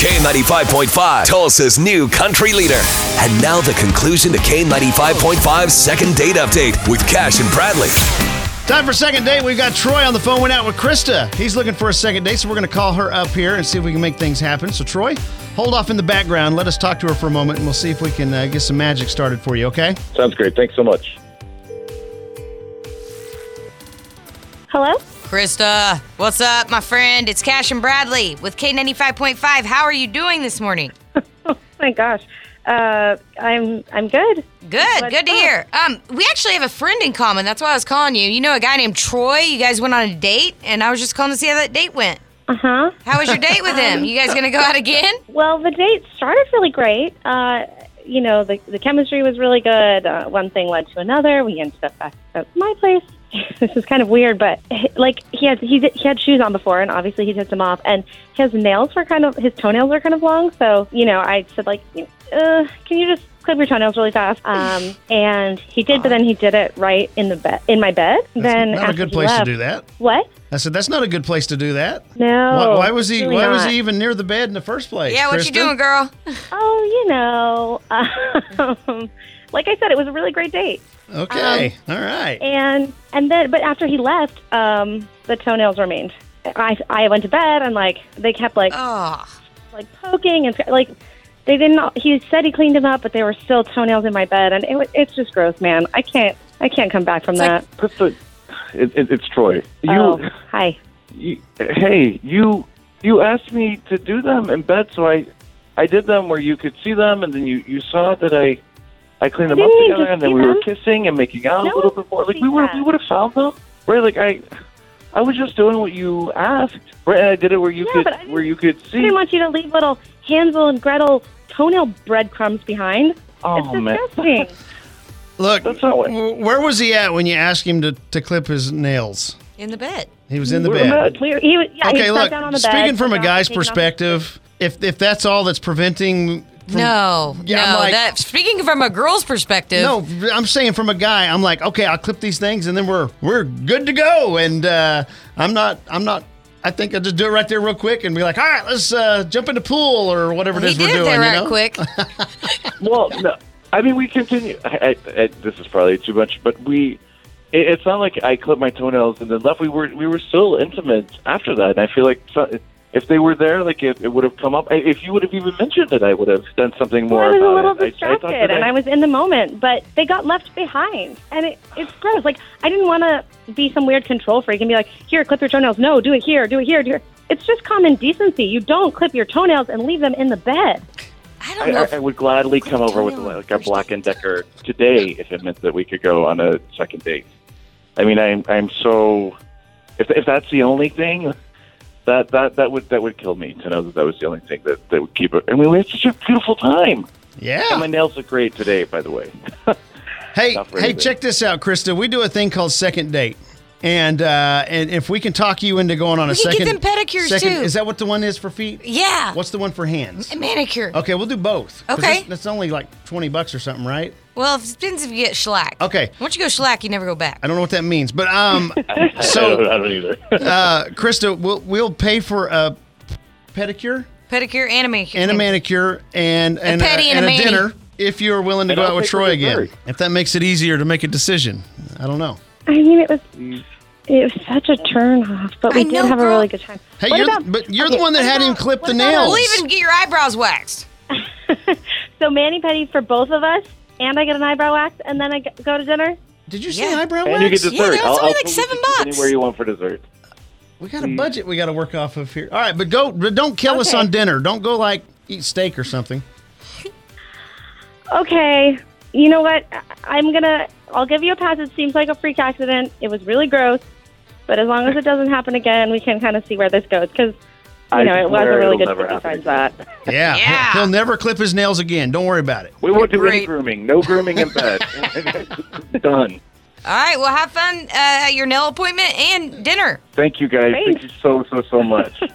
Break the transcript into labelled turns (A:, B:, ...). A: K95.5, Tulsa's new country leader. And now the conclusion to K95.5's second date update with Cash and Bradley.
B: Time for second date. We've got Troy on the phone. Went out with Krista. He's looking for a second date, so we're going to call her up here and see if we can make things happen. So, Troy, hold off in the background. Let us talk to her for a moment, and we'll see if we can uh, get some magic started for you. Okay?
C: Sounds great. Thanks so much.
D: Hello?
E: Krista, what's up, my friend? It's Cash and Bradley with K95.5. How are you doing this morning?
D: my gosh. Uh, I'm I'm good.
E: Good,
D: What's
E: good to
D: up?
E: hear. Um, we actually have a friend in common. That's why I was calling you. You know a guy named Troy. You guys went on a date, and I was just calling to see how that date went.
D: Uh
B: Uh-huh.
D: huh.
E: How was your date with him? You guys gonna go out again?
D: Well, the date started really great. Uh, you know, the the chemistry was really good. Uh, one thing led to another. We ended up back at my place. this is kind of weird, but like he had he did, he had shoes on before, and obviously he took them off. And his nails were kind of his toenails were kind of long, so you know, I said like, uh, can you just clip your toenails really fast? Um, and he did, but then he did it right in the bed in my bed.
B: That's
D: then
B: not a
D: after
B: good
D: he
B: place to
D: left-
B: do that.
D: What?
B: I said that's not a good place to do that.
D: No.
B: why, why was he?
D: really
B: why was
D: not.
B: he even near the bed in the first place?
E: Yeah, what you
B: Krista?
E: doing, girl?
D: Oh, you know, um, like I said, it was a really great date,
B: Okay.
D: Um,
B: All right.
D: and and then but after he left, um, the toenails remained. I I went to bed and like they kept like
E: Oh,
D: like poking and like they didn't. He said he cleaned them up, but they were still toenails in my bed, and it was it's just gross, man. I can't I can't come back from that.
C: Krista, it, it, it's Troy. You,
D: oh, hi.
C: you, hey, you, you asked me to do them in bed, so I, I did them where you could see them, and then you, you saw that I, I cleaned them up
D: Didn't you
C: together,
D: just
C: and then
D: see
C: we were
D: them?
C: kissing and making out a
D: No
C: little bit more. Like we
D: one
C: would,
D: can see
C: we would have found them, right? Like I, I was just doing what you asked, right? And I did it where you
D: Yeah, but I
C: could,
D: didn't-
C: where you could
D: I
C: see.
D: didn't want you to leave little Hansel and Gretel toenail breadcrumbs behind.
C: oh man,
D: it's disgusting.
B: Look,
C: That's not what-
B: w- where was he at when you asked him to, to clip his nails?
E: in the bed.
B: He was in the
C: We're
B: bed.
C: mad.
D: We were, he was, yeah, he
B: okay,
D: sat
B: look.
D: down on the bed,
B: speaking from a
D: took off
B: guy's
D: the cake and all-
B: perspective, if if that's all that's preventing, from,
E: No,
B: Yeah, I'm
E: no.
B: like-
E: that speaking from a girl's perspective.
B: no, I'm saying from a guy, I'm like, okay, I'll clip these things, and then we're we're good to go. And uh, I'm not, I'm not. I think I'll just do it right there, real quick, and be like, all right, let's uh, jump in the pool or whatever it
E: he
B: is
E: did
B: we're
E: it
B: doing. you
E: there right
B: know?
E: quick.
C: Well, no, I mean we continue. I, I, I, this is probably too much, but we. It, it's not like I clipped my toenails and then left. We were we were still intimate after that, and I feel like so, if they were there, like if it would have come up, I- if you would have even mentioned it, I would have done something more.
D: Well, I was a
C: about
D: little
C: it.
D: distracted,
C: I, I thought that
D: and
C: I,
D: I was in the moment, but they got left behind, and it, it's gross. Like I didn't want to be some weird control freak and be like, "Here, clip your toenails." No, do it here, do it here, do it. It's just common decency. You don't clip your toenails and leave them in the bed.
E: I
C: I,
E: don't know.
C: I- I would gladly come over with like a Black and Decker today if it meant that we could go on a second date. I mean, I'm I'm so if if that's the only thing that that that would that would kill me to know that that was the only thing that that would keep it. I mean, we had such a beautiful time.
B: Yeah.
C: And my nails look great today, by the way.
B: Hey,
C: Not for
B: hey,
C: anything.
B: check this out, Krista. We do a thing called second date, and uh, and if we can talk you into going on a
E: We can
B: second,
E: get them pedicures,
B: second-
E: too.
B: Is that what the one is for feet?
E: yeah,
B: What's the one for hands?
E: a manicure.
B: Okay, we'll do both. 'Cause
E: Okay.
B: that's, that's only like twenty bucks or something, right?
E: Well, it depends if you get shellac.
B: Okay.
E: Once you go shellac, you never go back.
B: I don't know what that means, but um,
C: I,
B: so
C: don't, I don't either.
B: uh, Krista, we'll we'll pay for a pedicure
E: Pedicure and a manicure.
B: and a manicure and and
E: pedi
B: and
E: and Mm-hmm. a
B: a
E: mani.
B: dinner if you're willing to
C: And
B: go
C: I'll
B: out with
C: pay for
B: Troy
C: the
B: again.
C: third.
B: If that makes it easier to make a decision, I don't know.
D: I mean, it was
B: Mm.
D: it was such a turn off, but we
E: I
D: did
E: know,
D: have a
E: girl.
D: really good time.
B: Hey,
D: What
B: you're
D: about-
B: the, but you're the
D: okay,
B: one that
D: what
B: had him
D: about-
B: clip the
D: what about-
B: nails.
E: We'll even get your eyebrows waxed.
D: so mani pedi for both of us, and I get an eyebrow wax, and then I g- go to dinner.
B: Did you say
E: Yeah.
B: eyebrow
C: and
B: wax?
C: you get
E: Yeah,
C: dessert.
E: that was
C: I'll,
E: only
C: I'll
E: like
C: totally
E: seven
C: take you
E: bucks.
C: Anywhere you want for dessert.
B: we got a
C: Mm.
B: budget we got to work off of here. All right, but go, but don't kill us
D: Okay.
B: on dinner. Don't go like eat steak or something.
D: okay, you know what? I- I'm gonna. I'll give you a pass. It seems like a freak accident. It was really gross, but as long as it doesn't happen again, we can kind of see where this goes. Because you know,
C: I
D: it was a
C: swear
D: really
C: it'll
D: good
C: never
D: fit
C: happen
D: besides that.
B: Yeah.
E: Yeah.
B: He'll never clip his nails again. Don't worry about it.
C: We won't do
E: Great.
C: any grooming. No grooming in bed. Done.
E: All right. Well, have fun uh, at your nail appointment and dinner.
C: Thank you guys.
D: Thanks.
C: Thank you so so so much.